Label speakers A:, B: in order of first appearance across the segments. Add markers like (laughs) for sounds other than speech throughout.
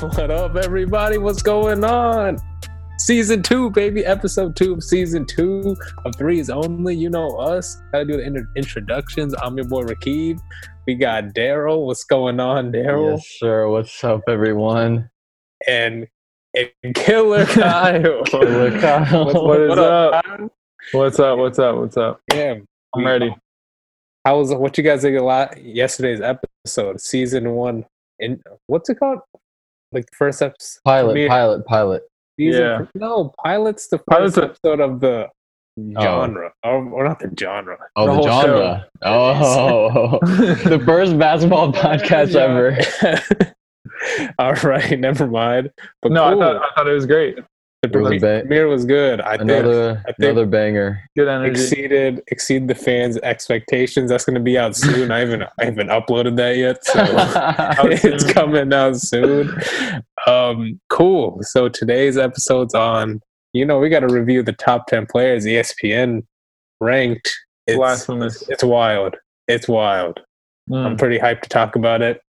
A: What up, everybody? What's going on? Season two, baby. Episode two of season two of Threes Only. You know us. Gotta do the inter- introductions. I'm your boy Rakib. We got Daryl. What's going on, Daryl?
B: Yes, sir. What's up, everyone?
A: And, and
C: (laughs)
A: Killer Kyle.
B: (laughs)
A: (laughs)
B: Killer Kyle.
C: What's, what is
A: What
C: up?
A: up? Kyle?
C: What's up? What's up? What's up?
A: Yeah,
C: I'm ready.
A: How was what you guys think a lot yesterday's episode, season one? And what's it called? Like the first episode.
B: (laughs) Pilot,
A: Me-
B: pilot, pilot.
A: Season
C: Yeah.
A: No, Pilot's the
C: Pilot's Oh.
A: first
C: a-
A: episode of the genre. Or, or not the genre.
B: Oh, the,
C: whole
B: genre. Oh, (laughs) the first basketball podcast
A: Yeah.
B: ever.
A: (laughs) All right, never mind. But
C: no,
A: cool.
C: I thought I thought it was great.
A: the
B: was
A: premiere,
B: a bit-
A: premiere was good. I think
B: Another,
A: think-
B: another banger.
C: Good energy.
A: exceeded exceed the fans' expectations. That's gonna be out soon. I haven't I haven't uploaded that yet.
C: (laughs)
A: So (laughs) it's coming out soon. Um, cool. So today's episode's on. You know, we got to review the top ten players E ESPN ranked. It's,
C: Blasphemous.
A: it's wild. It's wild. I'm
C: Mm.
A: pretty hyped to talk about it.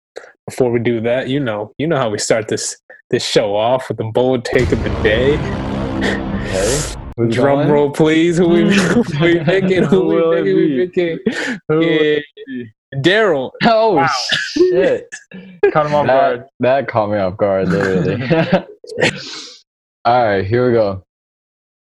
A: Before we do that, you know, you know how we start this this show off with the bold take of the day.
B: Okay. (laughs)
A: (laughs)
B: Who's
A: Drum
B: going?
A: roll, please. Who we who we
C: (laughs)
A: picking? Who
C: Who will
A: we
C: it
A: picking? We
C: be?
A: picking?
C: Who
A: Yeah. Daryl.
B: Oh, shit.
C: caught him off guard?
B: that, that caught me off guard,
C: (laughs)
B: literally. (laughs) All right, here we go.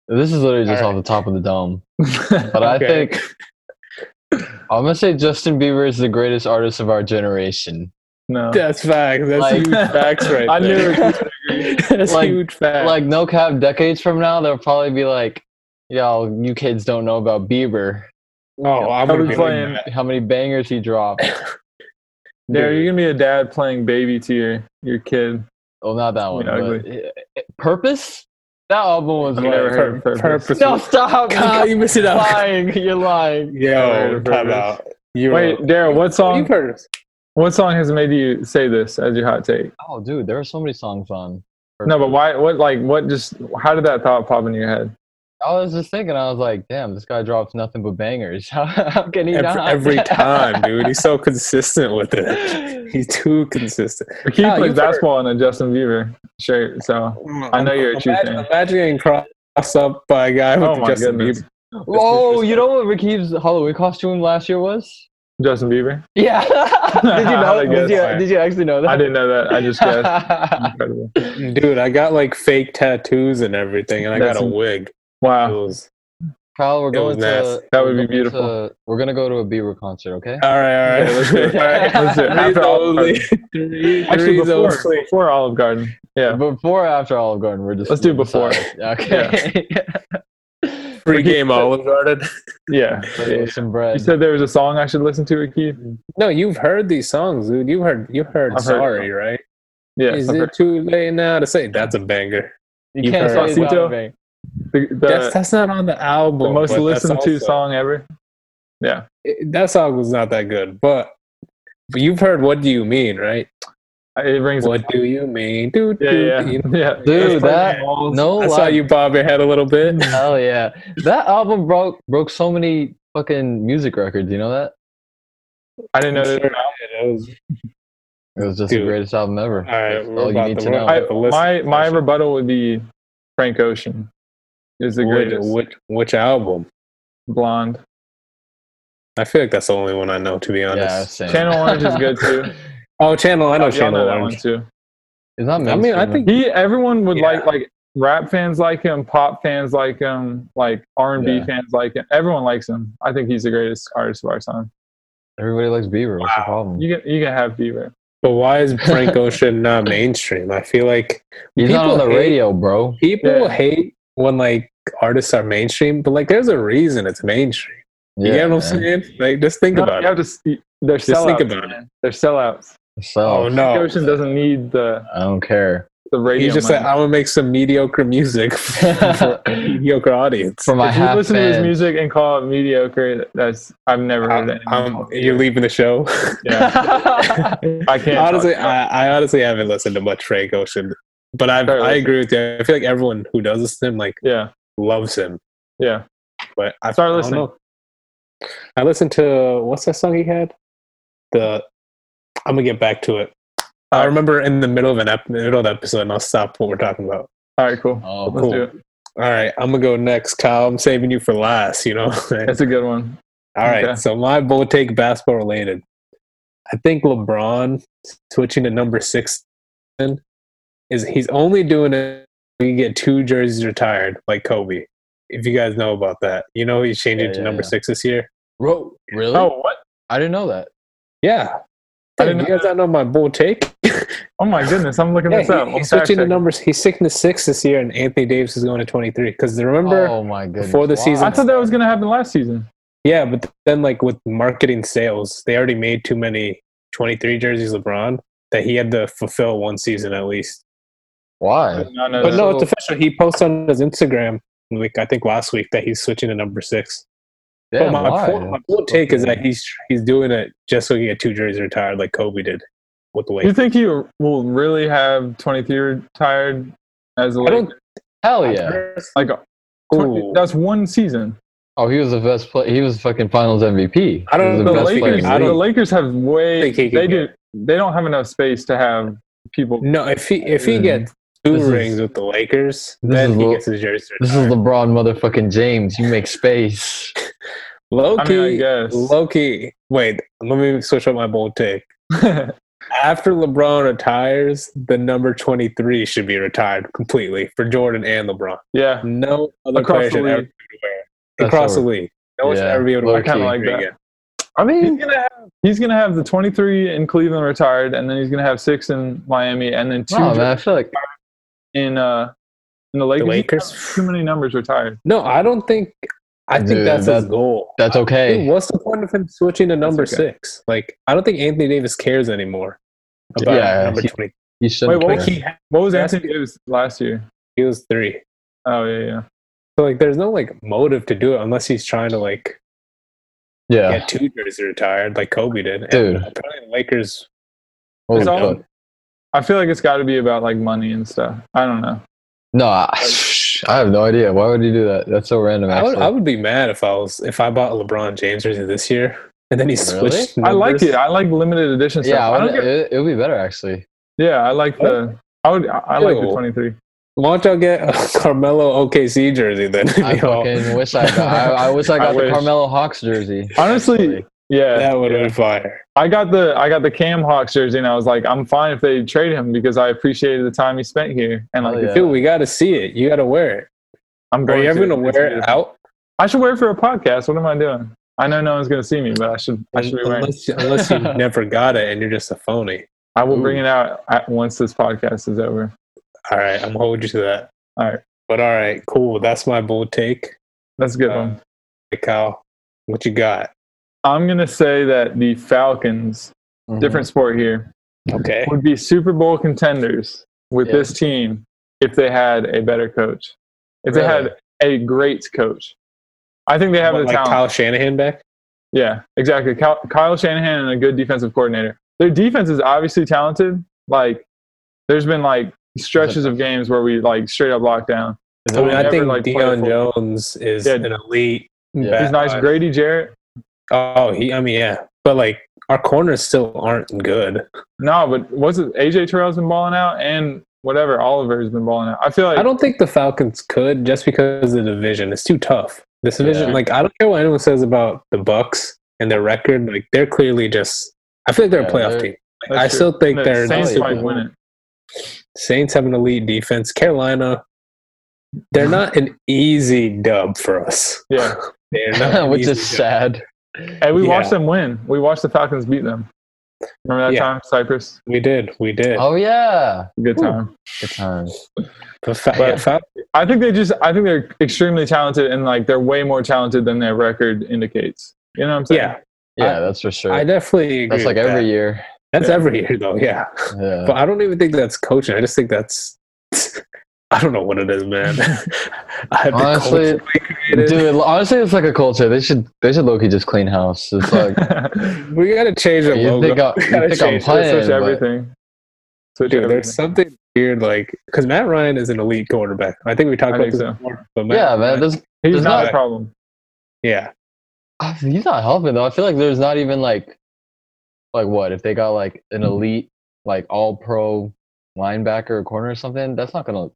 B: This is literally just
A: All
B: off the top of the
C: (laughs)
B: dome. But I
A: Okay.
B: think I'm going to say Justin Bieber is the greatest artist of our generation.
A: (laughs)
C: No.
A: That's facts. That's
C: (laughs)
B: Like-
A: huge facts right
C: I knew
A: there.
C: it
A: (laughs)
C: was
A: That's
B: Like-
A: huge facts.
B: Like, no cap, decades from now, they'll probably be like, y'all, you kids don't know about Bieber.
A: oh, I'm
C: I'll
A: gonna
C: be
A: be
C: playing-
A: playing.
B: How many bangers he
C: (laughs)
B: dropped.
C: There, you're gonna be a dad playing baby to your your kid.
B: Oh, not that one.
C: Yeah,
B: but- Purpose? That album was
C: I've
B: like-
C: never heard of Purpose.
A: purpose.
B: (laughs) No, stop.
A: Kyle,
B: (laughs) You're
A: you missed it out.
B: lying. You're lying.
A: Yo,
C: Heard of
A: time
C: Purpose.
A: out. You're
C: Wait, Daryl, what
A: You
C: song?
A: heard us.
C: What song has made you say this as your hot take?
B: Oh, dude, there are so many songs on.
C: No, but why? What like what? Just how did that thought pop in your head?
B: I was just thinking, I was like, damn, this guy drops nothing but bangers. (laughs) How, how can
A: (laughs)
B: he
A: Every,
B: not? (laughs)
A: every time, dude. He's so consistent with it.
C: (laughs)
A: He's too consistent.
C: But he
A: Kyle,
C: plays
A: you've heard-
C: basketball in a Justin Bieber shirt, so I know you're a true
A: Mm, imagine,
C: fan.
A: Imagine getting crossed up by a guy with
C: Oh my
A: Justin
C: goodness.
A: Bieber.
B: oh, you know what Ricky's Halloween costume last year was?
C: (laughs) Justin Bieber.
B: Yeah. (laughs) did you know?
C: I
B: Did
C: guess.
B: you, did you actually
A: (laughs)
B: know that?
C: I didn't know that. I just guessed. Incredible.
A: Dude, I got like fake tattoos and everything, and I
C: That's
A: got a
C: in- Ah.
A: wig. It
C: Wow.
A: was-
B: (laughs) Kyle, we're
A: It was
B: going to.
A: nasty.
C: That would be
B: we're going
C: beautiful.
B: to- (laughs) we're going to go to a Bieber concert, okay?
A: all right, all right.
C: Yeah, let's do
A: (laughs)
C: it.
A: All right.
C: Let's do it.
A: Threes
C: (laughs) After Olive
A: only.
C: Garden.
A: (laughs) Three-
C: Actually,
A: threes
C: before,
A: only.
C: before Olive Garden. Yeah.
B: Before or after Olive Garden? We're just.
C: Let's do
B: we're
C: before. (laughs)
B: deciding. Okay. (laughs)
A: Free game Olive Garden.
C: Yeah.
B: With Some bread.
C: You said there was a song I should listen to, Ricky?
A: No, you've heard these songs, dude. You've heard you've heard
C: I've heard
A: Sorry, right?
C: Yeah.
A: Is it too late now to say that's a banger?
B: you
A: you've
B: can't
A: heard
B: say it's not
C: Despacito?
B: a bang.
C: The, the,
A: that's that's not on the album.
C: the most
A: but that's
C: listened to
A: also-
C: song ever? Yeah.
A: it- That song was not that good, but but you've heard what do you mean, right?
C: It rings.
A: What do you mean? Do,
C: Yeah,
A: do,
C: yeah,
A: you
C: yeah.
A: know?
C: yeah.
B: Dude,
C: It's
B: that.
C: fucking-
B: No,
A: I saw
B: lie.
A: you bob your head a little bit.
B: (laughs) Hell yeah. That album broke broke so many fucking music records, you know that?
C: I didn't know.
A: Sure,
C: That.
A: it was-
B: It was just
A: Dude.
B: the greatest album ever.
A: All right,
B: That's
A: we're about to- we're
C: I,
A: about to listen
C: my
A: to
C: my
A: that shit.
C: rebuttal would be Frank Ocean is the
A: Which-
C: greatest
A: Which, which album?
C: blonde.
A: I feel like that's the only one I know, to be honest.
B: yeah, same.
C: Channel Orange is good too.
A: Oh, Channel. (laughs) I know
C: Y'all
A: Channel
C: that one
A: Orange.
C: too.
B: (laughs) It's not
A: I mean, I
B: mainstream.
A: think
C: He everyone would
A: Yeah.
C: like like rap fans like him, pop fans like him, like R and B
B: Yeah.
C: fans like him. Everyone likes him. I think he's the greatest artist of our time.
B: everybody likes Bieber. What's the
A: Wow.
B: problem?
C: You can you can have Bieber.
A: But why is Frank Ocean not mainstream? I feel like
B: He's not on the
A: people hate-
B: radio, bro.
A: people
C: Yeah.
A: hate when like artists are mainstream, but like there's a reason it's mainstream. you get what I'm saying?
B: man.
A: Like just think
C: No,
A: about
C: you
A: it.
C: have to. s- you- They're
A: Just think
C: sellouts.
A: about it.
C: They're sellouts.
B: So,
A: Oh no.
C: Ocean doesn't need the
B: I don't care.
C: the radio.
A: He just said,
C: money.
A: "I'm gonna make some mediocre music (laughs) for a mediocre audience."
B: For my
C: if you
B: half
C: listen to his
B: (laughs) fan.
C: music and call it mediocre, that's I've never heard
A: I'm,
C: that.
A: I'm, you're leaving the show.
C: yeah,
A: (laughs)
C: I can't.
A: honestly,
C: talk about
A: I, I honestly haven't listened to much Frank Ocean, but I
C: Fair
A: I
C: enough.
A: agree with you. I feel like everyone who does listen to him like
C: it. yeah,
A: loves him.
C: yeah.
A: But I
C: Start
A: I don't
C: listening.
A: know. I listened to what's that song he had? The I'm gonna get back to it. I remember in the middle of an ep- middle of the episode, and I'll stop what we're talking about.
C: All right, cool.
B: Oh,
C: Let's
A: cool.
C: do it.
A: All right, I'm gonna go next, Kyle. I'm saving you for last. You
C: (laughs)
A: know. (laughs)
C: That's a good one.
A: All right,
C: Okay.
A: so my bold take basketball related. I think LeBron switching to number six is he's only doing it when you get two jerseys retired, like Kobe. If you guys know about that, you know he's changing
B: Yeah,
A: to
B: yeah,
A: number
B: yeah.
A: six this year.
B: Ro- really?
C: Oh, what?
B: I didn't know that.
A: Yeah,
C: I
A: Dude,
C: didn't
A: you
C: know
A: guys don't know my bold take. (laughs)
C: Oh my goodness, I'm looking
A: Yeah,
C: this up.
A: he-
C: I'm
A: he's switching to
C: fact-checking.
A: numbers. He's six to six this year, and Anthony Davis is going to twenty three. Because remember,
B: oh my goodness.
A: before the
B: Wow.
A: season-
C: I thought that was gonna happen last season.
A: yeah, but then like with marketing sales, they already made too many twenty three jerseys LeBron that he had to fulfill one season at least.
B: Why?
C: No, no,
A: But no,
B: so-
A: it's official. He posted on his Instagram, like I think last week, that he's switching to number six.
B: Damn,
A: but my
B: why?
A: point, my point take is that he's he's doing it just so he can get two jerseys retired, like Kobe did with the
C: You
A: Lakers.
C: think he will really have 23 retired as a
A: I don't.
C: Laker?
B: Hell yeah.
C: like a-
A: Ooh.
C: that's one season.
B: Oh, he was the best play. He was the fucking Finals MVP.
A: I don't
B: He was
C: The
A: know,
B: best player in
C: Lakers,
B: the
A: I
C: the
A: don't-
B: league.
C: Lakers have way
A: Think he can
C: they do they don't have enough space to have people.
A: No, if he if he
B: Mm.
A: gets two
B: This is-
A: rings with the Lakers,
B: this
A: then
B: is
A: he
B: lo-
A: gets his jersey
B: This is
A: retired.
B: LeBron motherfucking James. You
A: (laughs)
B: make space.
A: Loki.
C: I mean, I guess.
A: Loki. Wait, let me switch up my bold take. After LeBron retires, the number twenty three should be retired completely for Jordan and LeBron.
C: (laughs) yeah,
A: No other
C: Across
A: player
C: the
A: should ever
C: league.
A: be aware.
B: That's
A: across the
B: over.
A: league. No one should
B: Yeah,
A: ever be able to
B: low
A: wear
B: key. I
A: number
C: like
A: three
C: that.
A: again.
B: I
C: he's
B: mean,
C: gonna have he's gonna have the 23 in Cleveland retired, and then he's gonna have six in Miami, and then two
B: no, Oh, man. I feel like
C: in uh in the Lakers. He's
A: Lakers?
C: gonna have Too many numbers retired.
A: No, I don't think. I think
B: Dude,
A: that's his
B: that-
A: goal.
B: that's
A: Dude,
B: okay.
A: what's the point of him switching to number
C: okay.
A: six? Like, I don't think Anthony Davis cares anymore about
B: Yeah,
A: number
B: he-
A: twenty.
B: You shouldn't.
C: Wait, what
A: Like
B: care.
C: was
A: he,
C: What was
A: That's-
C: Anthony Davis last year?
A: he was three.
C: Oh yeah, yeah.
A: So like, there's no like motive to do it unless he's trying to like
B: yeah.
A: get two jerseys retired, like Kobe did. And
B: Dude.
A: apparently the Lakers.
B: Holy
C: It's all-
B: fuck.
C: I feel like it's got to be about like money and stuff. I don't know.
B: no, I, (laughs) I have no idea. Why would you do that? That's so random.
A: I
B: Actually.
A: would, I would be mad if I was if I bought a LeBron James jersey this year and then he
B: Really?
A: switched.
C: I like
A: numbers.
C: it. I like limited edition stuff.
B: yeah, I
C: I
B: would,
C: don't get,
B: it, it would be
A: (laughs)
B: better actually.
C: yeah, I like the. I would. I, I like the
A: Ew.
C: 23.
A: Why don't y'all get a (laughs) Carmelo OKC jersey then? (laughs)
B: I
A: you know?
B: fucking wish I got. I, I
A: (laughs)
B: wish I
C: I
B: got the
C: wish.
B: Carmelo Hawks jersey.
C: Honestly, yeah,
A: that would have been fire.
C: I got the I got the Cam Hawks jersey, and I was like, I'm fine if they trade him because I appreciated the time he spent here, and
B: Hell
C: like,
B: yeah.
A: Dude, we got to see it. You got to wear it.
C: I'm
A: Are
C: going.
A: you ever
C: to.
A: gonna
C: It's
A: wear it
C: beautiful.
A: out?
C: I should wear it for a podcast. What am I doing? I know no one's gonna see me, but I should. I should be wearing. (laughs) it.
A: Unless, unless you
C: (laughs)
A: never got it and you're just a phony.
C: I will bring
B: Ooh.
C: it out at, once this podcast is over.
A: All right, I'm gonna hold you to that.
C: All right.
A: but all right, cool. That's my bold take.
C: That's a good
A: Uh,
C: one.
A: Hey, Kyle, what you got?
C: I'm gonna say that the Falcons,
B: Mhm. (laughs)
C: different sport here,
A: Okay.
C: would be Super Bowl contenders with
B: Yeah.
C: this team if they had a better coach. If they
B: Really?
C: had a great coach, I think they have
A: What,
C: the
A: like
C: talent.
A: Kyle Shanahan back?
C: Yeah, exactly. Kyle, Kyle Shanahan and a good defensive coordinator. Their defense is obviously talented. Like, there's been like stretches of games where we like straight up lock down.
B: Is
A: I
B: it
A: mean, I
C: never,
A: think
C: like,
A: Deion
C: played for-
A: Jones is
C: Yeah.
A: an elite.
B: Yeah.
A: bat-
C: He's nice. Grady Jarrett.
A: Oh, he. I mean, yeah, but like our corners still aren't good.
C: No, but what's it? AJ Terrell's been balling out, and whatever Oliver's been balling out. I feel like
A: I don't think the Falcons could just because of the division. It's too tough. This division,
B: Yeah.
A: like, I don't care what anyone says about the Bucks and their record. Like, they're clearly just. I feel like they're
B: Yeah,
A: a playoff
B: they're-
A: team. Like,
C: that's
A: I
C: true.
A: still think
C: And the
A: they're
C: Saints
B: Super
C: might
B: Bowl.
C: win it.
A: Saints have an elite defense. Carolina,
B: (laughs)
A: they're not an easy dub for us.
C: Yeah.
A: They're not
B: (laughs)
A: an
B: which
A: easy
B: is
A: dub.
B: sad.
C: Hey, we
A: Yeah.
C: watched them win. We watched the Falcons beat them. Remember that
A: Yeah.
C: time, Cyprus?
A: We did. We did.
B: Oh yeah,
C: Good
A: Ooh.
C: time.
B: good times.
A: The Fa-
C: But-
A: yeah, Fal-
C: I think they just. I think they're extremely talented, and like they're way more talented than their record indicates. You know what I'm saying?
A: yeah,
B: Yeah, that's for sure.
A: I definitely agree.
B: that's like
A: with
B: every
A: that.
B: year.
A: That's
C: Yeah.
A: every year, though. Yeah,
B: Yeah.
A: but I don't even think that's coaching. I just think that's. (laughs) I don't know what it is, man. (laughs) I have
B: Honestly,
A: the culture we created.
B: Dude, honestly, it's like a culture. They should they should low-key just clean house.
A: (laughs)
B: It's like
C: (laughs)
A: we gotta change the
B: you
A: logo.
B: think, I,
A: We
B: you
A: gotta
B: think I'm
A: change it.
B: playing,
C: switch
B: but
C: everything. Switch
A: Dude,
B: (laughs)
C: everything.
A: there's something weird, like because Matt Ryan is an elite quarterback. I think we talked
C: I
A: about
C: think
A: this
C: so.
A: before. But Matt
B: yeah, man,
A: Ryan-
B: there's
C: He's
B: there's
C: not
A: not-
C: a problem.
A: yeah,
B: I-
C: Mm-hmm.
B: he's not helping though. I feel like there's not even like like what if they got like an elite like all pro linebacker or corner or something, that's not gonna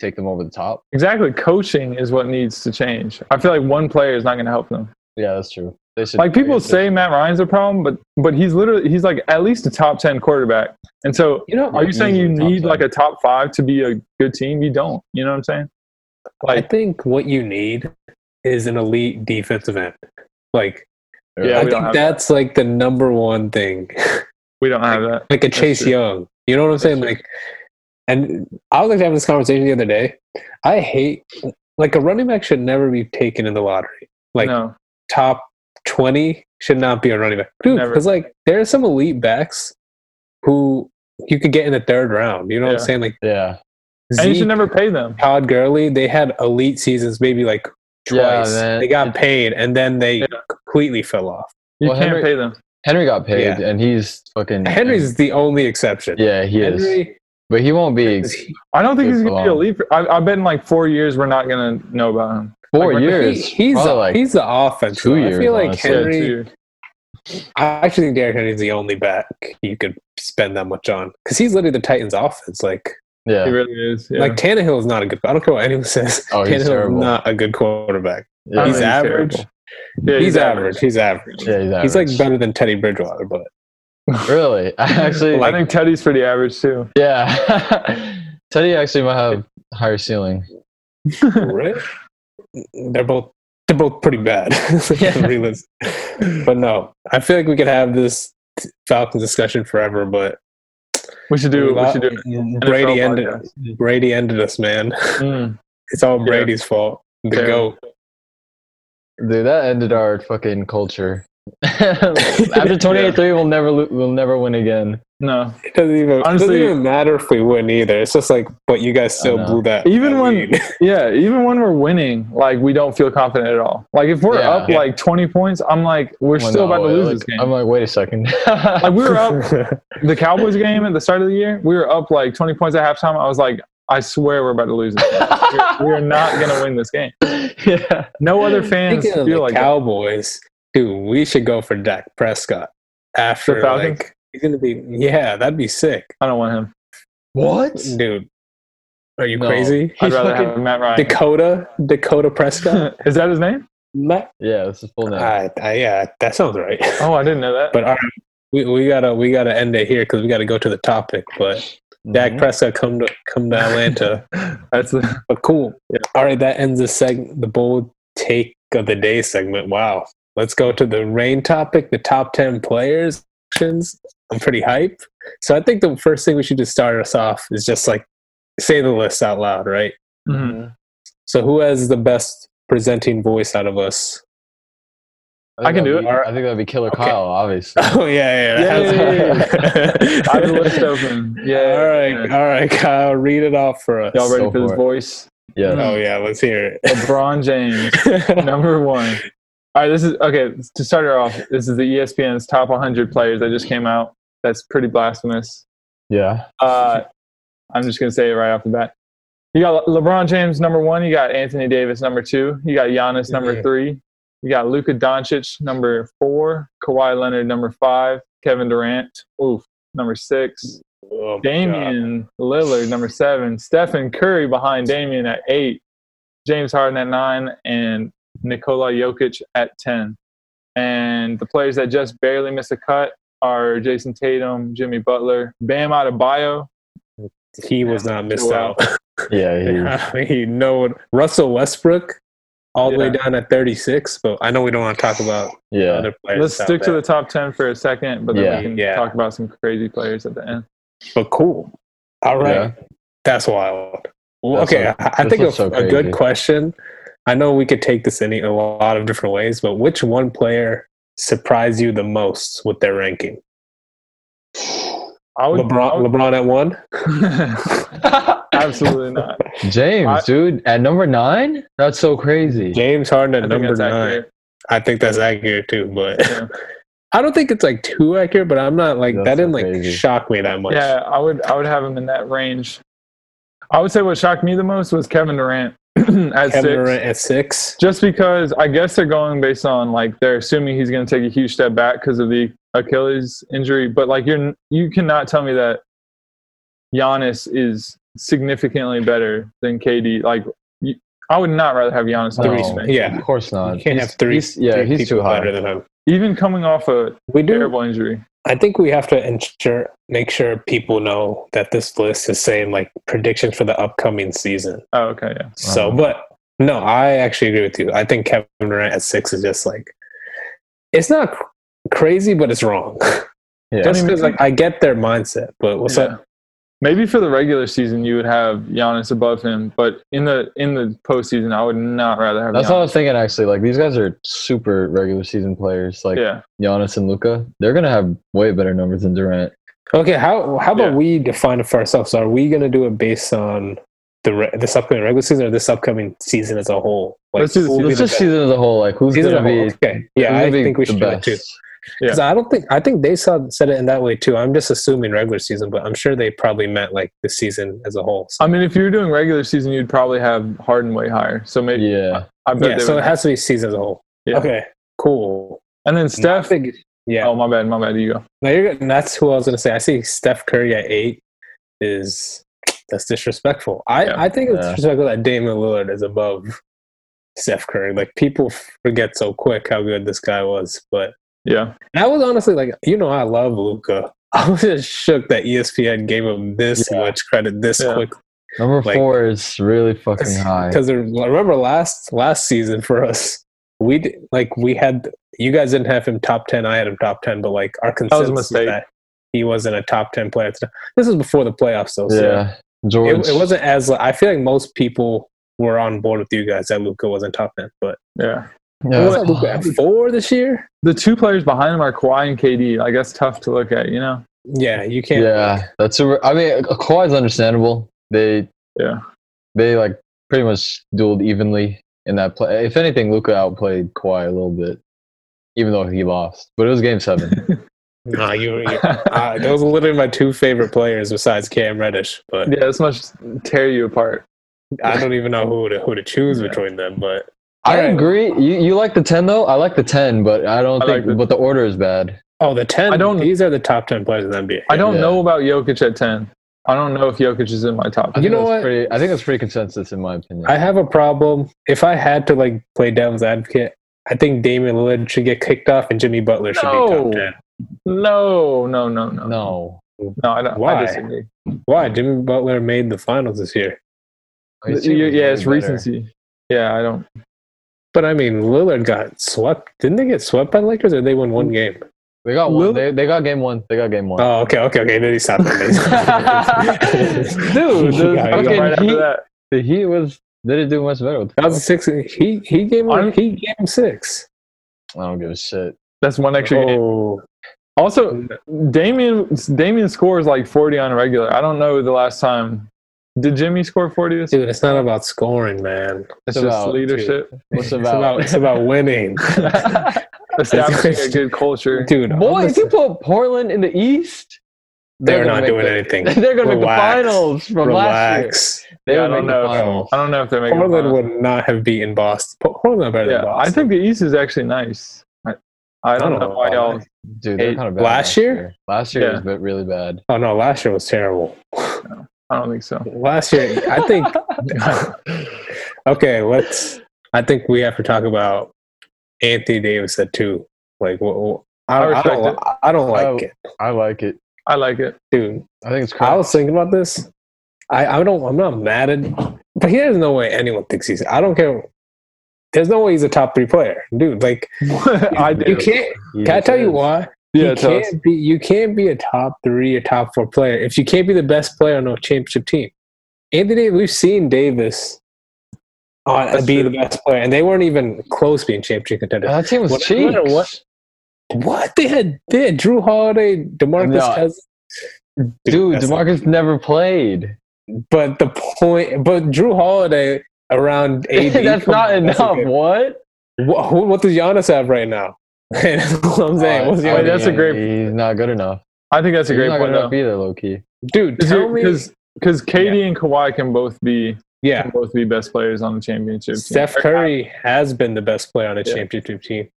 B: take them over the top.
C: Exactly. Coaching is what needs to change. I feel like one player is not going to help them.
B: Yeah, that's true. They should
C: Like people
B: they should-
C: say Matt Ryan's a problem, but but he's literally he's like at least a top ten quarterback. And so,
A: You know,
C: are you saying you
B: Easily top
C: need
B: 10.
C: like a top five to be a good team? You don't. You know what I'm saying?
A: I
C: Like
A: think what you need is an elite defensive end. Like
B: they're-
C: Yeah,
A: I
C: we
A: think
C: don't have
A: that's like the number one thing.
C: we don't have that.
A: like a Chase
C: true.
A: Young. You know what I'm saying?
C: true.
A: Like, and I was actually having this conversation the other day. I hate like a running back should never be taken in the lottery. Like
C: no.
A: top twenty should not be a running back, dude.
C: Never.
A: Because like there are some elite backs who you could get in the third round. You know what
C: Yeah.
A: I'm saying? Like
B: yeah.
C: And you
A: Zeke,
C: should never pay them.
A: Todd Gurley, they had elite seasons, maybe like
B: Yeah,
A: twice.
B: man.
A: they got paid, and then they
C: Yeah.
A: completely fell off.
C: You
B: Well,
C: can't
B: Henry-
C: pay them.
B: Henry got paid
A: Yeah.
B: and he's fucking
A: Henry's the only exception.
B: Yeah, he is.
A: Henry,
B: But he won't be
A: is he-
C: I don't think he's going to be a
B: Long.
C: leaper. I, I bet in like four years we're not going to know about him.
B: four
C: Like, when-
A: he-
B: years.
A: he's
B: probably
A: the,
B: like
A: he's the offense.
B: two
A: though. I
B: years,
A: feel like
B: honestly.
C: Yeah,
A: Henry.
C: two years.
A: I actually think Derrick Henry's the only back you could spend that much on because he's literally the Titans' offense. Like,
C: He
B: yeah.
C: really is. Yeah.
A: like Tannehill is not a good. I don't care what anyone (laughs) says.
B: Oh, he's
A: Tannehill
B: terrible.
A: is not a good quarterback.
B: yeah.
A: he's
C: I don't think
A: average.
C: terrible. yeah,
A: he's, average. He's average. (laughs)
B: yeah, he's average.
A: He's like better than Teddy Bridgewater,
B: (laughs)
A: but
B: really. (laughs) I actually
C: I think Teddy's pretty average too.
B: Yeah. (laughs) Teddy actually might have higher ceiling.
A: right? they're both they're both pretty bad. (laughs)
B: Yeah.
A: Realistic. but no, I feel like we could have this Falcons discussion forever. But
C: We should do. We should do.
A: Brady
C: NFL
A: ended
C: podcast.
A: Brady ended us, man.
C: Mm.
A: It's all
C: Yeah.
A: Brady's fault. The
C: Yeah. (laughs)
A: goat.
B: Dude, that ended our fucking culture. (laughs) After 28 3, we'll never lo- we'll never win again.
C: No,
A: (laughs) It doesn't even
C: Honestly-
A: it doesn't even matter if we win either. It's just like, but you guys still
B: know.
A: blew that.
C: Even
A: that
C: when-
A: (laughs) lead.
C: yeah. Even when we're winning, like we don't feel confident at all. Like if we're
B: Yeah.
C: up
A: Yeah.
C: like twenty points, I'm like, we're
B: Well,
C: still
B: no,
C: about
B: wait,
C: to lose
B: like,
C: this game.
B: I'm like, wait a second. (laughs)
A: (laughs)
C: like we were up the Cowboys game at the start of the year. We were up like twenty points at halftime. I was like, I swear we're about to lose. This game. We're- we are not gonna win this game.
B: yeah.
C: No other fans
A: Speaking of the
C: feel like that.
A: Cowboys, dude, we should go for Dak Prescott after
C: The Falcons?
A: like he's gonna be yeah, that'd be sick,
C: I don't
A: (laughs)
C: want him.
B: What?
A: dude. Are you
B: No.
A: crazy?
C: I'd
B: He's
C: rather
B: fucking-
C: have Matt Ryan.
A: Dakota Dakota
C: (laughs)
A: Prescott.
C: Is that his name?
A: Matt,
B: Yeah, this is full name.
A: I, I, yeah, that sounds right. (laughs)
C: Oh, I didn't know that.
A: But all right, we, we gotta we gotta end it here because we gotta go to the topic. But Dak Prescott come to come to Atlanta.
C: Mm-hmm. (laughs) That's the,
A: But cool. All right, that ends the segment, the bold take of the day segment. Wow. Let's go to the rain topic, the top 10 players. Actions. I'm pretty hype. So I think the first thing we should just start us off is just like say the list out loud, right?
C: Mhm.
A: uh, So who has the best presenting voice out of
C: (laughs)
A: us?
B: think
C: I
B: that'd
C: can do
B: be-
A: it.
B: Mm-hmm. I think that'd be Killer
A: Okay.
B: Kyle, obviously.
A: Oh, yeah, yeah.
C: Yeah,
A: yeah,
C: (laughs) I have the list
A: (laughs)
C: open. Yeah.
A: All right, all right, Kyle, read it off for us.
C: Y'all ready
B: Go
C: for this
B: for it.
C: voice? Mm.
B: Yeah.
A: Oh, yeah, let's hear
C: LeBron James, (laughs)
A: it.
C: number one. All right, this is okay. To start her off, this is the E ESPN's top 100 players that just came out. That's pretty blasphemous.
B: Yeah.
C: Uh, I'm just gonna say it right off the bat. You got Le- LeBron James number one. You got Anthony Davis number two. You got Giannis number
A: Mhm.
C: three. You got Luka Doncic number four. Kawhi Leonard number five. Kevin Durant, oof, number six.
A: Oh, God.
C: Damian Lillard, number seven. Stephen Curry behind Damian at eight. James Harden at nine. And Nikola Jokic at 10. And the players that just barely miss a cut are Jason Tatum, Jimmy Butler, Bam Adebayo.
A: He was not missed
C: Wow.
A: out.
B: Yeah.
A: (laughs)
B: he-
A: I mean, no one. Russell Westbrook, all the way
C: Yeah.
A: down at 36. But I know we don't want to talk about
B: yeah.
A: other players.
C: Let's
A: out
C: stick to
A: there.
C: the top 10 for a second, but then
B: Yeah.
C: we can
A: Yeah.
C: talk about some crazy players at the end.
A: But cool. All right,
B: Yeah.
A: that's wild. Well,
B: That's
A: okay,
B: so-
A: I I
B: that's
A: think a,
B: what's so
A: a
B: crazy.
A: good question. I know we could take this any a lot of different ways, but which one player surprised you the most with their ranking?
C: I would, I
A: LeBron,
C: would-
A: LeBron at one.
C: (laughs) absolutely not.
B: James,
C: I-
B: dude, at number nine? That's so crazy.
A: James Harden
C: I
A: at
C: think
A: number
C: that's
A: nine.
C: accurate.
A: (laughs) I think that's accurate too, but
C: Yeah.
A: I don't think it's like too accurate. But I'm not like
B: That's
A: that
B: so
A: didn't like
B: crazy.
A: shock me that much.
C: Yeah, I would I would have him in that range. I would say what shocked me the most was Kevin Durant (clears throat) at six.
A: Kevin Durant at six.
C: Just because I guess they're going based on like they're assuming he's going to take a huge step back because of the Achilles injury, but like you're you cannot tell me that Giannis is significantly better than KD. Like you, I would not rather have Giannis on
B: No.
C: my bench.
A: Yeah,
B: Of course not.
A: you can't have three.
B: Uh, he's- yeah,
A: three
B: he's
A: people
B: too high.
A: better than him.
C: Even coming off a
A: We do.
C: terrible injury.
A: I think we have to ensure, make sure people know that this list is saying like predictions for the upcoming season.
C: Oh, okay, yeah.
A: So,
B: Uh-huh.
A: but no, I actually agree with you. I think Kevin Durant at six is just like, it's not cr- crazy, but it's wrong. (laughs)
B: Yeah.
A: just because like I get their mindset, but what's
C: Yeah.
A: up?
C: Maybe for the regular season you would have Giannis above him, but in the in the postseason I would not rather have
B: That's what I
C: Giannis.
B: was thinking actually. Like these guys are super regular season players. Like
C: yeah.
B: Giannis and Luca, they're gonna have way better numbers than Durant.
A: Okay, how how about
C: Yeah.
A: we define it for ourselves? Are we gonna do it based on the re- this upcoming regular season or this upcoming season as a whole?
C: Let's do the
A: who will be
B: It's
A: the
B: just
A: best?
B: season as a whole. Like who's
A: Season as
B: gonna
A: a whole,
B: be?
A: Okay,
B: who's
A: yeah,
B: gonna
A: I
B: be
A: think we should
B: the
A: do it too.
B: best?
A: 'Cause I don't think I think they saw, said it in that way too. I'm just assuming regular season, but I'm sure they probably meant like the season as a whole. So-
C: I mean if you were doing regular season you'd probably have Harden way higher. So maybe
B: Yeah,
C: I bet
A: yeah,
C: they
A: so
C: would.
A: it has to be season as a whole.
C: Yeah.
A: Okay, cool.
C: and then
A: I
C: Steph
A: think- yeah,
C: Oh my bad, my bad, you go.
A: no, you're, good. that's who I was gonna say. I see Steph Curry at eight is that's disrespectful. I
C: Yeah.
A: I think it's
B: Yeah.
A: disrespectful that Damian Lillard is above Steph Curry. Like people forget so quick how good this guy was, but
C: Yeah.
A: And I was honestly like, you know, I love Luca. (laughs) I was just shook that E ESPN gave him this
B: Yeah.
A: much credit this
C: Yeah.
A: quick.
B: number
A: Like-
B: four is really fucking high.
A: Because remember last last season for us, we d- like we had you guys didn't have him top ten. I had him top ten, but like our
C: was a
A: consensus was
C: mistake.
A: that he wasn't a top ten player. at the time. This is before the playoffs, though. So
B: Yeah, George.
A: it, it wasn't as like, I feel like most people were on board with you guys that Luca wasn't top ten, but
C: Yeah.
B: Yeah.
A: was Luca at four this year?
C: The two players behind him are Kawhi and KD. Like that's tough to look at, you know?
A: Yeah, you can't.
B: Yeah, that's super. I mean, Kawhi's understandable. They
C: Yeah.
B: they like pretty much dueled evenly in that play. If anything, Luca outplayed Kawhi a little bit, even though he lost. But it was game seven.
A: Nah, you, you uh, those are literally my two favorite players besides Cam Reddish,
C: (laughs)
A: but
C: (laughs) Yeah, this much tear you apart.
A: I don't even know who to who to choose between them. But
B: I
A: Alright.
B: agree. You you like the ten though? I like the ten, but I don't
C: I
B: think.
C: like the-
B: but the order is bad.
A: oh, the ten.
C: I don't-
A: These are the top ten players in the NBA.
C: I don't
B: Yeah.
C: know about Jokic at ten. I don't know if Jokic is in my top.
B: I
A: You
B: think
A: know
B: that's
A: what?
B: Pretty, I think it's pretty consensus in my opinion.
A: I have a problem. If I had to like play devil's advocate, I think Damian Lillard should get kicked off, and Jimmy Butler should be
C: No.
A: top ten.
C: No, no, no, no, no.
B: no.
C: I don't.
A: Why?
C: I disagree.
A: Why? Jimmy Butler made the finals this year,
B: His
C: You-
B: team was
C: yeah,
B: way
C: it's
B: better.
C: recency. Yeah, I don't.
A: but I mean Lillard got swept. Didn't they get swept by the Lakers, or they won one game?
B: They got one.
C: Lil-
B: They, they got game one. They got game one.
A: Oh, okay, okay, okay. Then he stopped. (laughs)
B: (laughs) Dude, the
A: Yeah,
B: fucking
A: yeah.
C: right
B: Heat-
C: after that,
B: the Heat was they didn't do much better. With
A: That was a six. He he gave him
C: Aren't-
A: he gave him six.
B: I don't give a shit.
C: that's one extra game.
A: Oh,
C: Also, Damian Damian scores like forty on a regular. I don't know the last time. Did Jimmy score forty this?
A: dude, it's not about scoring, man.
C: It's
B: It's
C: just
B: about-
C: leadership. (laughs)
A: (laughs) It's
B: What's
A: about it's about
B: (laughs)
A: winning,
C: Establishing a good culture.
A: dude. I'm
B: (laughs) Boy, if
A: just-
B: you put Portland in the East,
A: they're not
B: gonna make
A: doing
B: the-
A: anything.
B: (laughs) They're going to make the
A: Relax.
B: finals from last
A: Relax. uh,
B: year. They
C: Yeah,
B: would
C: I don't
B: make the
C: know.
B: finals.
C: I don't know if they're making. the
A: Portland
C: finals.
A: would not have beaten Boston. Po- Portland are better
C: Yeah,
A: than
C: I
A: Boston.
C: think the East is actually nice. I, I don't know why y'all.
B: Dude, they're
C: Hey,
B: kind of bad.
A: last year?
B: Last year
C: Yeah.
B: was bit really bad.
A: Oh no, last year was terrible.
C: I don't think so.
A: Last year, I (laughs) think. okay, let's. I think we have to talk about Anthony Davis at two. Like, wha- wha- I,
C: I
A: I,
C: respect
A: don't, I don't like
B: Oh.
A: it,
B: I like it.
C: I like it.
A: dude.
B: I think it's
A: I
B: crazy.
A: was thinking about this. I, I don't. I'm not mad at. But there's no way anyone thinks he's. I don't care. There's no way he's a top three player, dude. Like
C: I do.
A: you can't. Can I tell you why?
C: Yeah,
A: you
C: tell us.
A: can't be. You can't be a top three or top four player if you can't be the best player on a championship team. Anthony, we've seen Davis on
C: That's
A: be
C: true.
A: the best player, and they weren't even close being championship contenders.
B: That team was
A: What- no
B: cheap.
A: matter what- What they had, they had Drew Holiday, Demarcus
B: No.
A: Cousins.
B: Dude,
A: that's
B: DeMarcus never played.
A: But the point, but Drew Holiday around AD.
B: That's
A: come
B: not
A: on, (laughs) that's
B: enough.
A: a good-
B: What?
A: What, who, what does Giannis have right now? (laughs) that's what I'm saying. What's
B: Uh,
C: I
A: Giannis?
C: mean, that's a great-
B: He's not good enough.
C: I think that's a
B: he's
C: great
B: not
C: point
B: good enough
C: though.
B: either, low key.
A: Dude, tell me.
C: Because Katie and Kawhi can both be
A: yeah,
C: can both be best players on the championship. team.
A: Steph Curry has been the best player on a
C: Yeah.
A: championship team.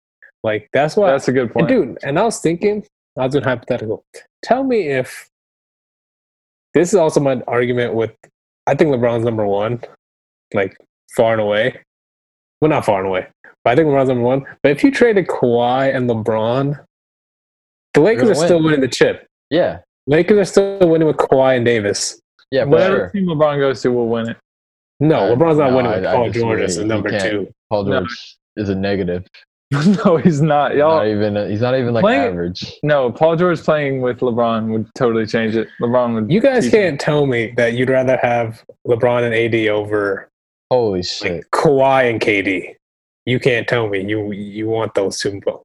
A: Like that's why.
C: That's a good
A: and
C: point.
A: dude, and I was thinking, I'll do a hypothetical. Tell me if this is also my argument with I think LeBron's number one, like far and away. Well, not far and away, but I think LeBron's number one. But if you traded Kawhi and LeBron, the Lakers
B: gonna
A: are still
B: win.
A: winning the chip.
B: Yeah,
A: Lakers are still winning with Kawhi and Davis.
B: yeah, for
C: Whatever
B: sure.
C: team LeBron goes to will win it. (laughs)
A: No,
B: Uh,
A: LeBron's not
B: no,
A: winning with
B: I- I
A: Paul
B: disagree.
A: George as the
B: You
A: number
B: can't.
A: two.
B: Paul
C: No.
B: George is a negative.
C: no, he's not. Y'all,
B: Not even he's not even like
C: Playing-
B: average.
C: no. Paul George playing with LeBron would totally change it. LeBron would.
A: You guys
C: Jeez.
A: can't tell me that you'd rather have LeBron and AD over
B: Holy
A: like
B: shit!
A: Kawhi and KD. You can't tell me you you want those two. bo-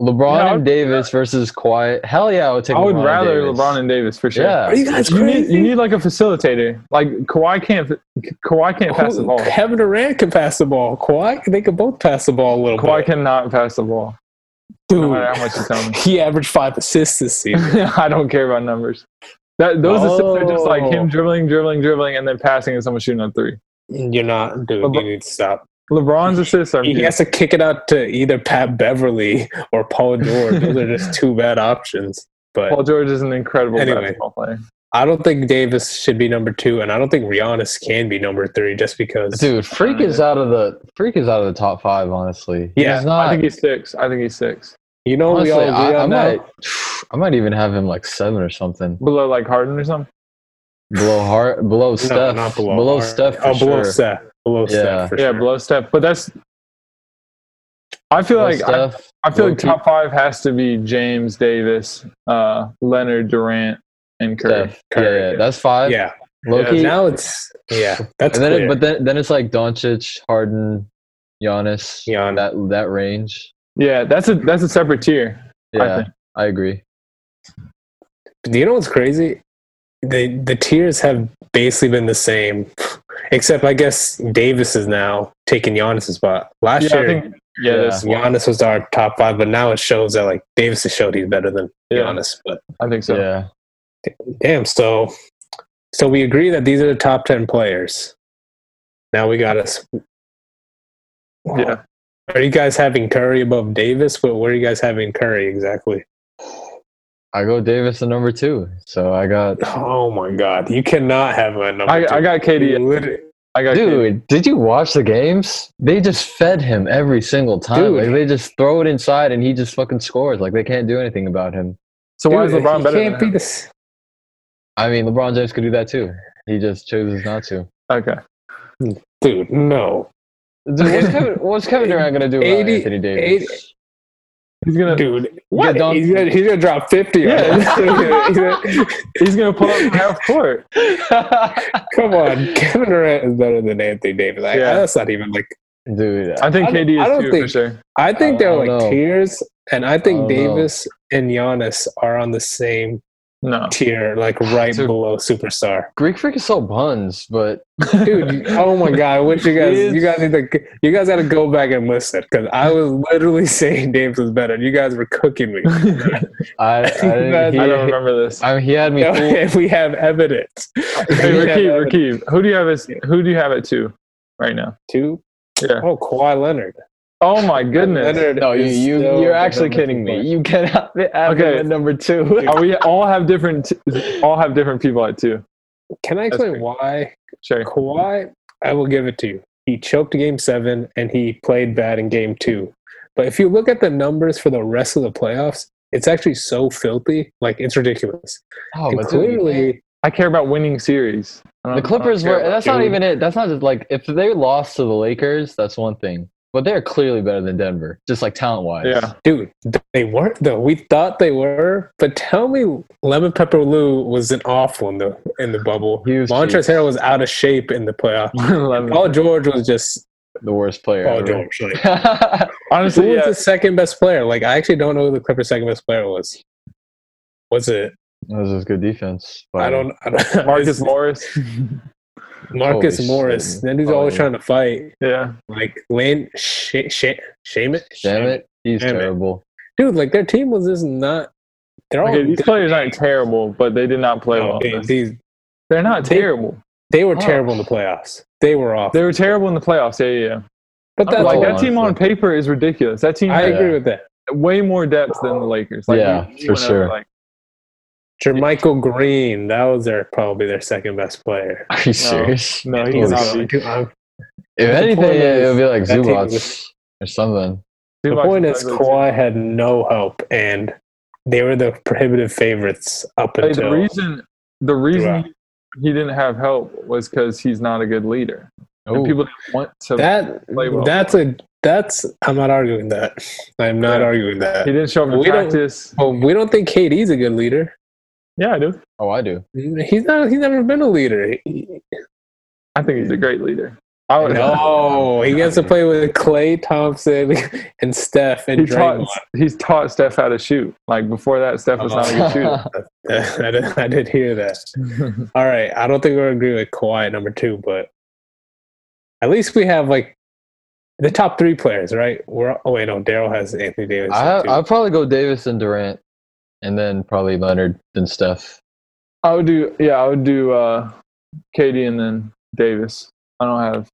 B: LeBron
C: No, I
B: and Davis versus Quiet. Hell yeah, I would take.
C: I would
B: LeBron
C: rather
B: and Davis.
C: LeBron and Davis for sure.
B: Yeah.
A: Are you guys
C: You need,
A: crazy?
C: you need like a facilitator. Like Kawhi can't Kawhi can't pass the
A: Who-
C: ball.
A: Kevin Durant can pass the ball. Kawhi, they can both pass the ball a little
C: Kawhi
A: bit.
C: cannot pass the ball.
A: Dude,
C: No matter how much you tell me.
A: he averaged five assists this season.
C: (laughs) I don't care about numbers. That those assists are just like
A: Oh.
C: him dribbling, dribbling, dribbling, and then passing and someone shooting on three.
A: You're not, dude.
C: LeBron-
A: you need to stop.
C: LeBron's assists are
A: He has to kick it out to either Pat Beverly or Paul George. Those are just two bad options. But
C: Paul George is an incredible
A: Anyway.
C: basketball player.
A: I don't think Davis should be number two, and I don't think Giannis can be number three just because.
B: Dude, Freak is out of the Freak is out of the top five. Honestly,
A: Yeah,
B: he's not.
C: I think he's six. I think he's six.
A: you know,
B: honestly,
A: we all agree
B: I, I
A: on that.
B: might, (sighs) I might even have him like seven or something.
C: Below like Harden or something.
B: Below heart, below
A: No,
B: Steph,
A: not
B: below,
A: below. Har-
B: Steph. For
A: oh, below
B: sure.
A: Steph. Below
B: Yeah.
A: Steph. For
C: yeah,
A: sure.
C: below Steph. But that's I feel
B: Below
C: like I,
B: Steph,
C: I feel like
B: low-key.
C: top five has to be James Davis, uh, Leonard Durant, and Curry.
B: Steph.
A: Curry.
B: Yeah, yeah, that's five.
A: Yeah.
B: Loki.
A: Now it's yeah. That's
B: and then,
A: clear.
B: it, but then, then it's like Doncic, Harden, Giannis.
A: Giannis.
B: That that range.
C: Yeah, that's a that's a separate tier.
B: Yeah,
C: I
B: I,
C: think.
B: agree.
A: Do you know what's crazy? The the tiers have basically been the same, except I guess Davis is now taking Giannis's spot. Last
C: Yeah, I
A: year,
C: think yeah,
B: Yeah.
C: that's-
A: Giannis was our top five, but now it shows that like Davis has showed he's better than Giannis. But
C: I think so.
B: yeah,
A: damn, so so we agree that these are the top ten players. Now we got us.
C: Yeah.
A: Are you guys having Curry above Davis? But where are you guys having Curry exactly?
B: I go Davis at number two. So I got.
A: Oh my God! You cannot have a number.
C: I,
A: two.
C: I got
A: You
C: KD.
A: literally-
C: I got KD.
B: Dude, did you watch the games? They just fed him every single time.
A: Dude.
B: Like they just throw it inside and he just fucking scores. Like they can't do anything about him.
C: So why is
A: Dude,
C: LeBron
A: he
C: better?
A: Can't
C: than
A: be
C: him?
A: this.
B: I mean, LeBron James could do that too. He just chooses not to.
C: Okay.
A: Dude, no. (laughs)
B: Dude, what's, Kevin, what's Kevin Durant gonna do without
A: 80
B: Anthony Davis?
C: He's gonna
A: Dude,
B: what?
A: He's, gonna, he's gonna drop 50 on
C: Yeah.
A: us. He's gonna-
C: he's gonna pull up half court.
A: (laughs) Come on. Kevin Durant is better than Anthony Davis. I,
C: Yeah.
A: That's not even like.
B: (laughs) Dude,
C: I think
A: I don't-
C: KD
A: I
C: is
A: don't
C: two for
A: think-
C: sure.
A: I think
B: I
A: they're
B: don't
A: like
B: know.
A: tiers, and I
B: I
A: think
B: don't know.
A: Davis and Giannis are on the same
C: No.
A: tier,
B: (sighs)
A: like right
B: Dude.
A: below superstar.
B: Greek Freak is so buns, but
A: (laughs) Dude, oh
C: (laughs)
A: my God! I wish you guys,
B: Is-
A: you guys need to, you guys got to go back and listen because I was literally (laughs) saying Davis was better. and You guys were cooking me. (laughs)
B: I, I, didn't,
A: That's-
B: he,
C: I don't remember this.
B: I mean, he had (laughs) me.
A: No, (laughs)
B: fooled.
A: we have
B: (laughs)
A: evidence.
C: Hey,
A: We have
C: Rakib,
A: evidence.
C: Rakib, who do you have as who do you have at two right now?
A: Two?
C: Yeah.
A: Oh, Kawhi Leonard.
C: Oh my goodness.
A: Leonard
B: No, you,
A: is
B: you
A: still
B: you're
A: the
B: actually
A: number two
B: kidding me.
A: player.
B: You cannot have
C: Okay.
B: him at number two.
C: Are we all have different all have different people at two?
A: Can I
C: That's
A: explain
C: great.
A: why
C: Sure.
A: Kawhi? I will give it to you. He choked game seven and he played bad in game two. But if you look at the numbers for the rest of the playoffs, it's actually so filthy, like it's ridiculous.
B: Oh,
A: and
B: but dude, you can't-
A: clearly,
C: I care about winning series. I don't-
B: the
C: I don't
B: Clippers
C: care
B: were.
C: about-
B: That's not
A: dude.
B: even it. That's not just like if they lost to the Lakers, that's one thing. But they're clearly better than Denver, just like talent wise.
C: Yeah.
A: dude, they weren't though. We thought they were, but tell me, Lemon Pepper Lou was an off one though in the bubble.
B: He was
A: Montrezl
B: cheap.
A: Harrell was out of shape in the playoffs.
C: (laughs) Eleven.
A: Paul George was just
B: the worst player.
A: Paul
B: ever. (laughs)
A: George. Like, Who
C: Honestly,
A: was
C: yeah.
A: the second best player? Like, I actually don't know who the Clippers' second best player was. Was it?
B: that was just good defense.
A: I
B: but-
A: don't. I
B: (laughs)
A: don't
C: Marcus
A: it's
C: Morris.
A: Marcus
B: Holy
A: Morris.
B: shit.
A: Then he's
B: Oh,
A: always
B: yeah.
A: trying to fight.
C: Yeah.
A: Like Lane Sh- Sh- Shamit.
B: Damn it, he's
A: Damn it.
B: terrible.
A: dude! Like their team was just not. They're all.
C: Okay, these players aren't terrible, but they did not play
A: no,
C: well.
A: they, these-
C: They're not
A: Oh, They-
C: terrible.
A: they were
B: Oh.
A: terrible in the playoffs. They were off.
C: They were terrible in the playoffs. Yeah, yeah.
A: but
B: I'm
A: that's
C: yeah. Like
B: all
A: all-
C: that team on
B: honestly.
C: paper is ridiculous. That team.
A: I
B: Yeah.
A: agree with that.
C: way more depth than the Lakers.
B: Yeah,
C: you- you
B: for
C: went over,
B: sure.
C: Like,
A: Jermichael Green, that was their probably their second best player.
B: (laughs) Are you serious?
C: no,
A: He was
B: Holy
A: out-
C: he's
B: If
A: The
B: anything,
A: point
B: it would be like
A: that team
B: Zubats or something.
A: The point is, Kawhi had no help, and they were the prohibitive favorites up
C: Hey, the
A: until.
C: reason the reason
A: Throughout.
C: he- he didn't have help was because he's not a good leader.
B: Ooh.
C: And people didn't want to.
A: that
C: play well.
A: that's a that's I'm not arguing that. I'm not
C: Yeah.
A: arguing that.
C: he didn't show up
A: We
C: to
A: don't-
C: practice.
A: Well, we don't think KD's a good leader.
C: Yeah, I do.
B: oh, I do.
A: He's not. He's never been a leader. He-
C: I think he's a great leader. I would,
A: no, he gets to play with Clay Thompson (laughs) and Steph
C: he
A: and
C: taught
A: Draymond.
C: he's taught Steph how to shoot. Like before that, Steph was not
B: (laughs)
C: a good shooter.
A: (laughs) I, did, I did hear
C: (laughs)
A: that. All right, I don't think we're agree with Kawhi at number two, but at least we have like the top three players, right? We're oh wait, no, Daryl has Anthony Davis.
B: I
A: too.
B: I'd probably go Davis and Durant, and then probably Leonard and Steph.
C: I would do. Yeah, I would do uh, KD and then Davis. I don't have.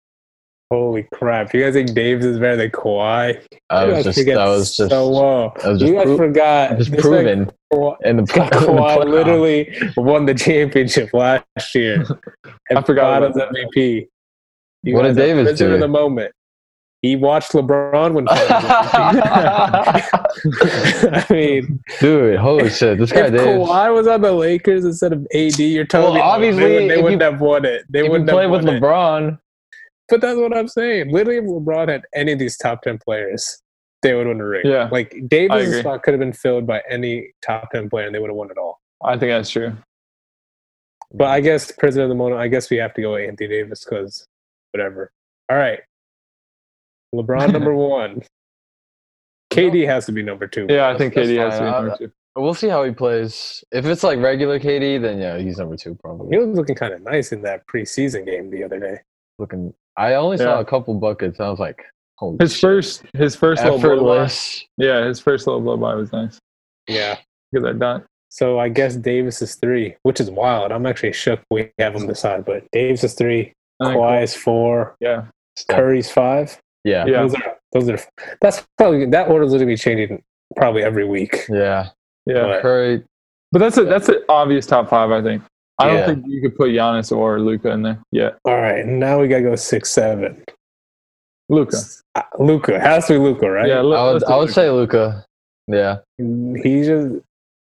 A: Holy crap! You guys think Davis is better than Kawhi?
B: I
A: You
B: was
A: guys
B: just,
A: forget
B: I was just,
A: so well.
B: I was just
A: you guys
B: pro-
A: forgot.
B: just
A: this man
B: proven.
A: Kawhi-
B: And the
A: Kawhi
B: playoff. (laughs)
A: literally won the championship last
B: (laughs)
A: year. And
C: forgot about
A: Bottoms MVP.
B: What
A: guys
B: did
A: are
B: Davis
A: prisoner
B: do?
A: in the moment? He watched LeBron
B: (laughs)
A: win. (laughs) I
B: (laughs)
A: mean,
B: dude, holy
A: (laughs)
B: shit! This guy
A: if
B: Davis.
A: Kawhi was on the Lakers instead of AD, you're telling
B: Well,
A: me no,
B: obviously,
A: they, would,
B: if
A: they
B: you-
A: wouldn't have won it. They
B: If you
A: wouldn't
B: play
A: have
B: with
A: won it.
B: LeBron,
A: But that's what I'm saying. Literally, if LeBron had any of these top ten players, they would win a ring.
C: Yeah.
A: (laughs) like
C: I
A: Davis'
C: agree.
A: spot could have been filled by any top ten player, and they would have won it all.
C: I think that's true.
A: But I guess prisoner of the moment. I guess we have to go with Anthony Davis because whatever. All right,
C: (laughs)
A: LeBron number one. KD has to be number two.
C: Yeah, I think
B: That's
C: KD has to be
B: fine.
C: number two.
B: we'll see how he plays. If it's like regular KD, then yeah, he's number two probably.
A: he was looking kind of nice in that preseason game the other day.
B: Looking, I only
C: Yeah.
B: saw a couple buckets. I was like, holy
C: His
B: shit.
C: first, his first little blow by.
B: effortless.
C: Yeah, his first little blow by was nice.
A: Yeah.
C: Look at that dunk.
A: So I guess Davis is three, which is wild. I'm actually shook we have him decide, but Davis is three,
C: Mm. I think-
A: Kawhi is four,
C: Yeah,
A: Curry's five.
B: Yeah, yeah,
C: Yeah.
A: Those are those are that's probably that order's gonna be changing probably every week.
C: yeah.
A: But-
B: Curry.
C: But that's a that's an obvious top five, I think. I
B: Yeah.
C: don't think you could put Giannis or Luca in there. Yeah,
A: All right, now we gotta go six seven. Uh,
C: Luca.
A: Luca has to be Luca, right?
C: Yeah, let-
B: I would,
C: let's do
B: I would
C: Luka.
B: say Luca. Yeah,
A: He just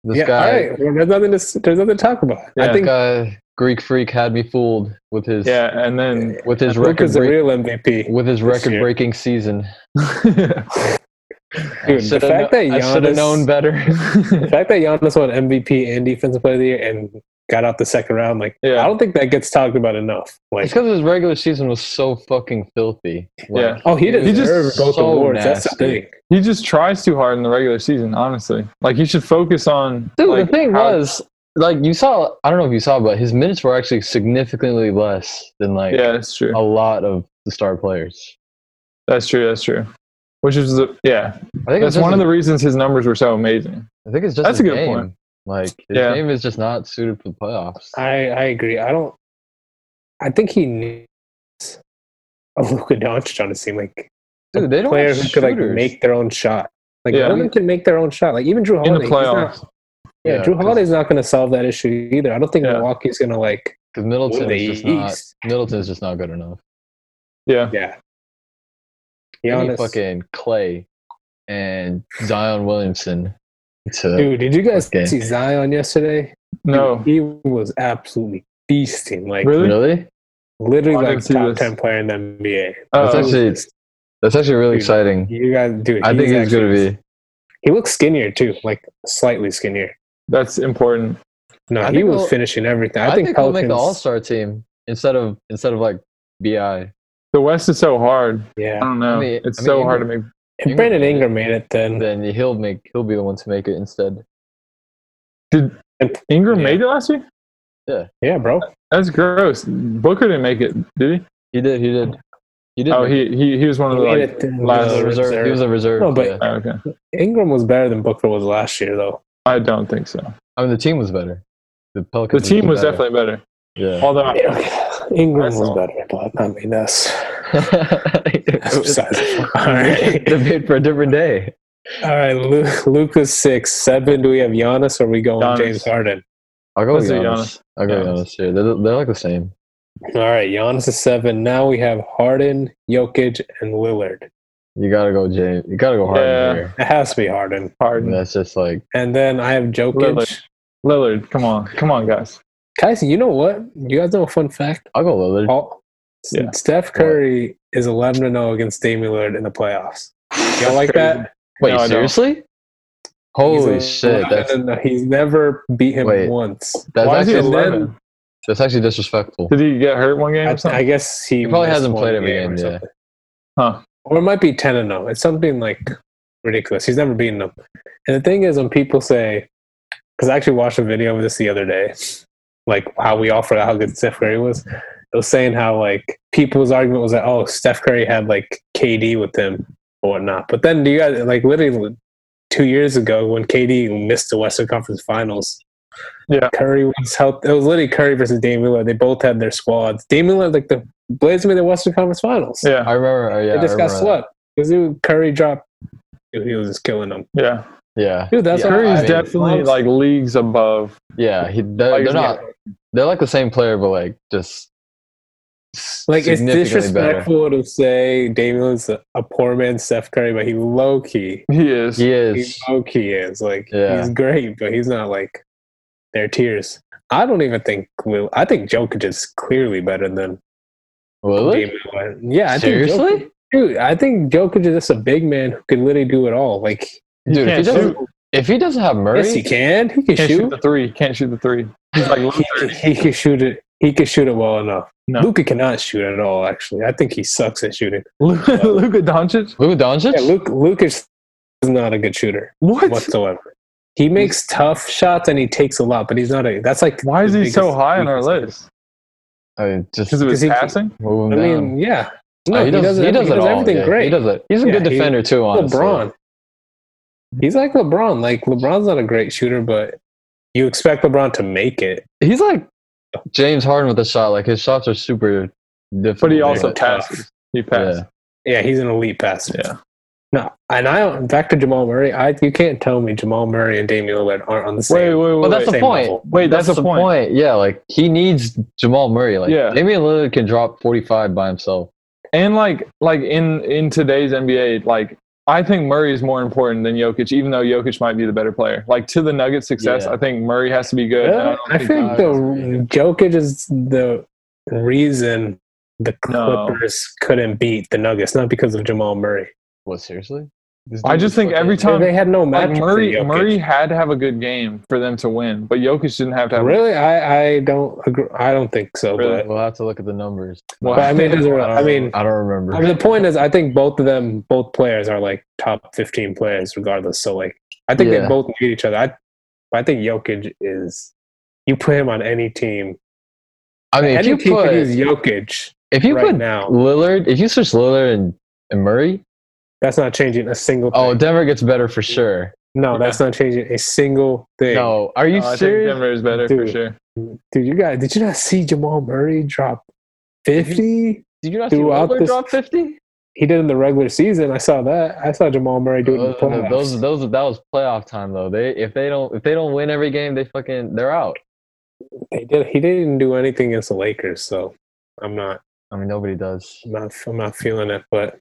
B: this
A: yeah.
B: guy,
A: All right. Well, there's nothing to s- there's nothing to talk about. I
C: Yeah.
B: this
A: think
B: guy, Greek freak had me fooled with his
C: Yeah, and then
B: with his record
A: Luca's the
B: break,
A: real MVP.
B: with his
A: this
B: record breaking season.
A: Dude, the
B: shoulda
A: fact
B: kno-
A: that
B: I should have
A: Giannis-
B: known (laughs) better.
A: The fact that Giannis won MVP and Defensive Player of the Year and got out the second round, like I
C: (laughs) yeah,
A: don't think that gets talked about enough.
B: it's
A: Like,
B: because his regular season was so fucking filthy.
C: yeah.
A: oh, he
C: He
A: didn't
C: just
A: deserve both
B: so
A: awards. That's the
B: nasty.
A: thing.
C: He just tries too hard in the regular season. Honestly, like he should focus on.
B: Dude,
C: like,
B: the thing
C: how-
B: was, like, you saw, I don't know if you saw, but his minutes were actually significantly less than, like, oh.
C: Yeah, that's true.
B: a lot of the star players.
C: That's true. That's true. Which is the,
B: I
C: yeah.
B: think it's
C: That's
B: just
C: one of
B: his-
C: the reasons his numbers were so amazing.
B: I think it's just
C: that's
B: his
C: a good
B: game.
C: point.
B: Like, his
C: Yeah.
B: game is just not suited for the playoffs.
A: I I agree. I don't. I think he needs a Luka Doncic on his team, like
B: Dude, they don't
A: player
B: have
A: who could like
B: shooters.
A: make their own shot. Like
C: Yeah.
A: no one can make their own shot. Like even Drew
C: In the
A: Holiday, he's not-
C: playoffs,
A: Yeah,
B: Yeah,
A: Drew
B: 'cause-
A: Holiday's not going to solve that issue either. I don't think
C: Yeah.
A: Milwaukee's going to like
B: because
A: win
B: Middleton
A: the
B: is just not
A: East.
B: Middleton's just not good enough.
C: yeah.
A: Yeah,
B: You
A: Giannis.
B: need fucking Clay and Zion Williamson to
A: Dude, did you guys
B: Okay.
A: see Zion yesterday?
C: No,
A: he was absolutely feasting. Like
C: Really?
B: really.
A: literally,
C: I didn't
A: like
C: see
A: top
C: this.
A: ten player in the NBA.
C: Oh.
B: That's actually that's actually really
A: Dude,
B: exciting.
A: You guys, dude.
B: I think he's
A: actually-
B: gonna be.
A: He looks skinnier too, like slightly skinnier.
C: that's important.
A: No,
B: I
A: he
B: think
A: was
B: we'll-
A: finishing everything. I,
B: I,
A: think,
B: think he'll
A: Pelicans.
B: make the All Star team instead of instead of like Bi.
C: The West is so hard. I
A: yeah,
C: don't know.
B: I mean-
C: it's
B: I mean,
C: so
B: you
C: hard to make.
A: and Brandon Ingram made it then.
B: Then he'll make he'll be the one to make it instead.
C: Did Ingram made it last year?
A: Yeah, bro.
C: That's gross. Booker didn't make it, did he?
B: He did. He did. He did.
C: Oh,
B: make it.
C: he he, he was one
A: He
C: of the
A: made
C: like,
A: it then.
B: He
C: last-
B: was
A: uh,
B: a reserve. He was a reserve.
A: No, but-
B: yeah.
C: oh, okay.
A: Ingram was better than Booker was last year, though.
C: I don't think so.
B: I mean the team was better. The
C: The
B: Pelicans.
C: team
B: were
C: was
B: better.
C: definitely better.
B: Yeah.
C: Although I-
A: (sighs) Ingram
C: That's
A: was
C: all.
A: better, but I mean that's
B: It was-
A: All right.
B: (laughs) Debate for a different day.
A: All right, Luke, Luca's six, seven. Do we have Giannis or are we going
C: Giannis.
A: James Harden?
B: I'll go with
C: Let's do
B: Giannis. I'll go with
C: Giannis.
B: Giannis here. They're, they're like the same.
A: All right, Giannis is seven. Now we have Harden, Jokic, and Lillard.
B: You gotta go James. You gotta go Harden
C: Yeah.
B: here.
A: It has to be Harden.
C: Harden.
B: That's just like
A: And then I have Jokic.
C: Lillard. Lillard, come on. Come on, guys.
A: Guys, you know what? You guys know a fun fact?
B: I'll go Lillard.
A: Paul,
C: Yeah.
A: Oh, Steph Curry is 11 to 0 against Damian Lillard in the playoffs. Y'all like that?
B: Wait,
C: No, I don't.
B: seriously? Holy
A: He's
B: shit!
A: 11
B: That's
A: to 0. he's never beat him
B: Wait.
A: once.
B: that's
C: oh. Why is he
B: actually,
A: And then-
C: 11?
B: that's actually disrespectful.
C: Did he get hurt one game
A: I,
C: or something?
A: I guess he,
B: He probably
A: missed
B: hasn't
A: one
B: played every game,
A: or
B: yeah.
A: something.
C: Huh.
A: Or it might be 10 and 0. It's something like ridiculous. He's never beaten them. And the thing is, when people say, because I actually watched a video of this the other day, like how we all forgot how good Steph Curry was. It was saying how, like, people's argument was that, oh, Steph Curry had, like, KD with him or whatnot. But then you guys, like, literally two years ago when KD missed the Western Conference Finals.
C: Yeah.
A: Curry was helped. It was literally Curry versus Dame Lillard. They both had their squads. Dame Lillard, like the Blazers made the Western Conference Finals.
C: Yeah,
B: I remember. oh, yeah,
A: they
B: I
A: just got
B: remember that.
A: swept because Curry dropped. Dude, he was just killing them.
C: yeah.
B: Yeah,
A: Dude, that's
B: yeah,
A: what
B: I
C: Curry's
B: mean,
C: definitely like leagues above.
B: Yeah, he, they're,
C: Like,
B: they're
C: yeah.
B: not. They're like the same player, but like just
A: Like it's
B: significantly
A: disrespectful to say Dame Lillard's a, a poor man Steph Curry, but he low key,
C: He is.
B: He
A: he
B: is.
A: low key is like
B: Yeah.
A: he's great, but he's not like their tiers. I don't even think. Lil- I think Jokic is clearly better than
B: Lillard?
A: Damian Lillard. Yeah, I think
B: Seriously,
A: Jokic, dude, I think Jokic is just a big man who can literally do it all. Like,
B: dude. If he
C: can't
B: doesn't,
C: shoot.
B: if he doesn't have Murray,
A: yes, he can. He can
C: Can't shoot
A: shoot.
C: the three. Can't shoot the three. He's (laughs) like low
A: He, can-
C: 30.
A: he can shoot it. He can shoot it well enough.
C: No.
A: Luca cannot shoot at all. Actually, I think he sucks at shooting.
C: Luka Doncic?
B: Luka Doncic.
A: Yeah, Luke Luke is is not a good shooter
C: What?
A: whatsoever. He makes tough shots and he takes a lot, but he's not a. That's like
C: Why is
A: the
C: he so
A: biggest-
C: high on our list?
B: I mean, just
C: Because of his
A: Because he-
C: passing?
B: move
A: I
B: him down.
A: mean, yeah.
B: Oh, he, does, he, does,
A: everything-
B: it all.
A: everything
B: yeah,
A: great.
B: He does it. He's a
A: Yeah,
B: good
A: he-
B: defender too. Honestly,
A: LeBron. He's like LeBron. Like LeBron's not a great shooter, but you expect LeBron to make it.
B: He's like James Harden with a shot. Like his shots are super difficult.
C: But he also
A: but-
C: passes. He passes.
B: yeah.
A: Yeah, he's an elite passer.
C: Yeah.
A: No, and I don't. Back to Jamal Murray. I you can't tell me Jamal Murray and Damian Lillard aren't on the
C: Wait,
A: same.
C: wait, wait.
B: But that's
C: wait.
B: the
A: same
B: point.
A: level.
C: Wait, that's, the point.
B: Yeah, like he needs Jamal Murray. Like
C: Yeah.
B: Damian Lillard can drop 45 by himself.
C: And like, like in in today's NBA, like I think Murray is more important than Jokic, even though Jokic might be the better player. Like to the Nuggets' success,
B: Yeah.
C: I think Murray has to be good. and
A: Yeah,
C: don't
A: I think the
B: Giannis-
A: Jokic is the reason the
C: No.
A: Clippers couldn't beat the Nuggets, not because of Jamal Murray.
B: What seriously? This
C: I
B: dude
C: just
B: is
C: think
B: fucking-
C: every time- Tom,
A: they had no match.
C: like Murray, Murray had to have a good game for them to win, but Jokic didn't have to have.
A: Really, I, I don't agree. I don't think so.
C: um, Really?
A: But,
B: We'll have to look at the numbers.
A: but I mean, it doesn't- I mean,
B: I don't remember.
A: I mean, the point is, I think both of them, both players are like top 15 players, regardless. So, like, I think they
B: Yeah.
A: both need each other. I, I think Jokic is, you put him on any team.
B: I mean, if
A: any
B: you
A: team
B: put
A: could use Jokic
B: if you
A: right
B: put
A: now.
B: Lillard, if you switch Lillard and, and Murray,
A: That's not changing a single thing.
B: oh, Denver gets better for sure.
A: no, that's not changing a single thing.
B: No, are you
C: No, I think
B: serious?
C: Denver is better
A: Dude.
C: for sure.
A: Dude, you guys, did you not see Jamal Murray drop 50?
B: Did you not
A: Throughout this-
B: 50?
A: He did in the regular season. I saw that. I saw Jamal Murray do it in the
B: Those,
A: playoffs.
B: Uh, those, those, that was playoff time though. They if they don't if they don't win every game, they fucking they're out.
A: he, did, he didn't do anything against the Lakers, so I'm not.
B: I mean, nobody does.
A: I'm not, I'm not feeling it, but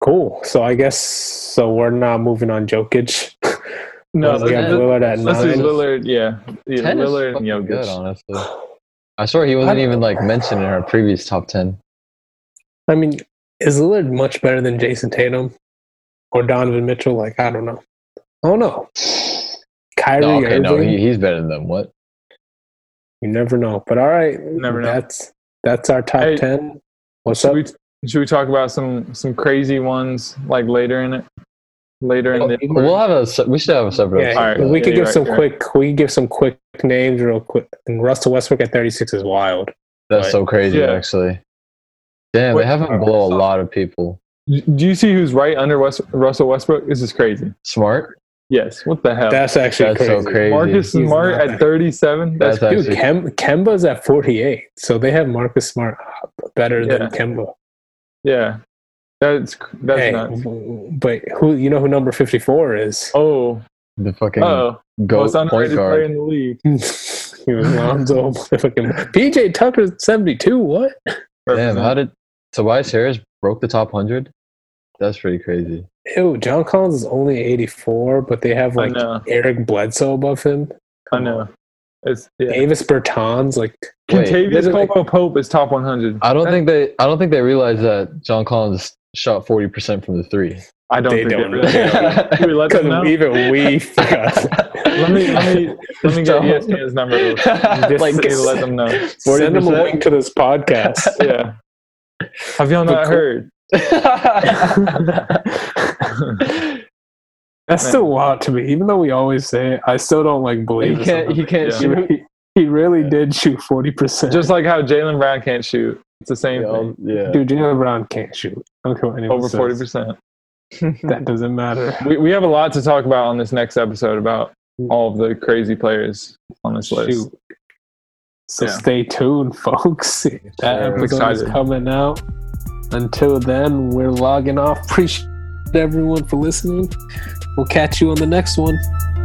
A: cool. So I guess so. We're not moving on Jokic. (laughs)
C: No,
A: we got
B: let's-
A: Lillard at
C: This is
B: Giannis.
A: nine.
C: Lillard, yeah, yeah
B: Ten is
C: Lillard and
B: fucking good,
C: Jokic.
B: honestly.
A: (sighs)
B: I swear he wasn't even like mentioned in our previous top ten.
A: I mean, is Lillard much better than Jason Tatum or Donovan Mitchell? Like I don't know. I don't know. Kyrie
B: No, okay,
A: Irving,
B: no, he, he's better than them. What?
A: you never know. But all right,
C: Never know.
A: That's that's our top
C: Hey,
A: ten. What's
C: Should
A: up?
C: we, should we talk about some some crazy ones like later in it? Later
B: Oh,
C: in the
B: We'll have a. se- We should have a separate.
A: yeah,
B: episode
C: All right.
B: for that.
A: we could
C: Yeah,
A: give
C: right,
A: some
C: right.
A: quick. We could give some quick names real quick. And Russell Westbrook at 36 is wild.
B: That's so crazy,
C: Yeah.
B: actually. Damn,
C: Wait,
B: they have him
A: uh,
B: blow a lot of people.
C: do you see who's right under West, Russell Westbrook? This is crazy.
B: Smart.
C: Yes, what the hell?
A: That's actually
B: That's so crazy.
C: Marcus
A: He's
C: Smart
A: not
C: at
A: that-
C: 37. That's,
B: That's,
A: Dude,
B: actually.
A: Kem- Kemba's at 48, so they have Marcus Smart better
C: Yeah.
A: than Kemba.
C: yeah. That's that's
A: Hey,
C: nuts.
A: w- but who you know who number fifty four is? (laughs)
C: Oh,
B: The fucking
C: oh,
B: goat
C: most underrated
B: point
C: player
B: guard.
C: in the league.
A: he was Lonzo. (laughs) fucking PJ Tucker seventy two. What?
B: Damn, how did Tobias Harris broke the top hundred? That's pretty crazy.
A: Ew, John Collins is only eighty four, but they have
C: I
A: like
C: know,
A: Eric Bledsoe above him.
C: I know. It's yeah.
A: Davis Bertans, like
B: Wait,
A: this
C: Contavious
A: is like-
C: Caldwell Pope is top 100.
B: I don't think they I don't think they realize that John Collins shot forty percent from the three.
C: I don't
A: They
C: think
A: don't
C: it
A: really
C: really- (laughs) Should we let them know?
A: because even
C: (laughs)
A: we forgot.
C: Let me let
A: (laughs)
C: me let me get E
B: Don't.
C: ESPN's number. real quick.
A: Just
B: like,
C: Just to let them know.
A: (laughs) Send them a
B: 40%?
A: link to
C: (laughs)
A: this podcast.
C: Yeah. Have y'all not
A: But-
C: heard? (laughs)
A: That's still wild to me. Even though we always say it, I still don't like
B: he
A: believe.
B: can't he can't
C: Yeah.
A: he,
B: shoot
A: really, he really
B: Yeah.
A: did shoot forty percent.
C: Just like how Jalen Brown can't shoot. It's the same thing.
B: (laughs) yeah.
A: dude, Jalen Brown can't shoot. I don't care what anyone
C: Over
A: says.
C: forty percent.
A: That doesn't matter.
C: We we have a lot to talk about on this next episode about all of the crazy players on this list.
A: Mm. Shoot. So
C: Yeah.
A: stay tuned, (laughs) folks. That
B: I'm
A: episode is
C: excited.
A: coming out. Until then, we're logging off. Appreciate everyone for listening. We'll catch you on the next one.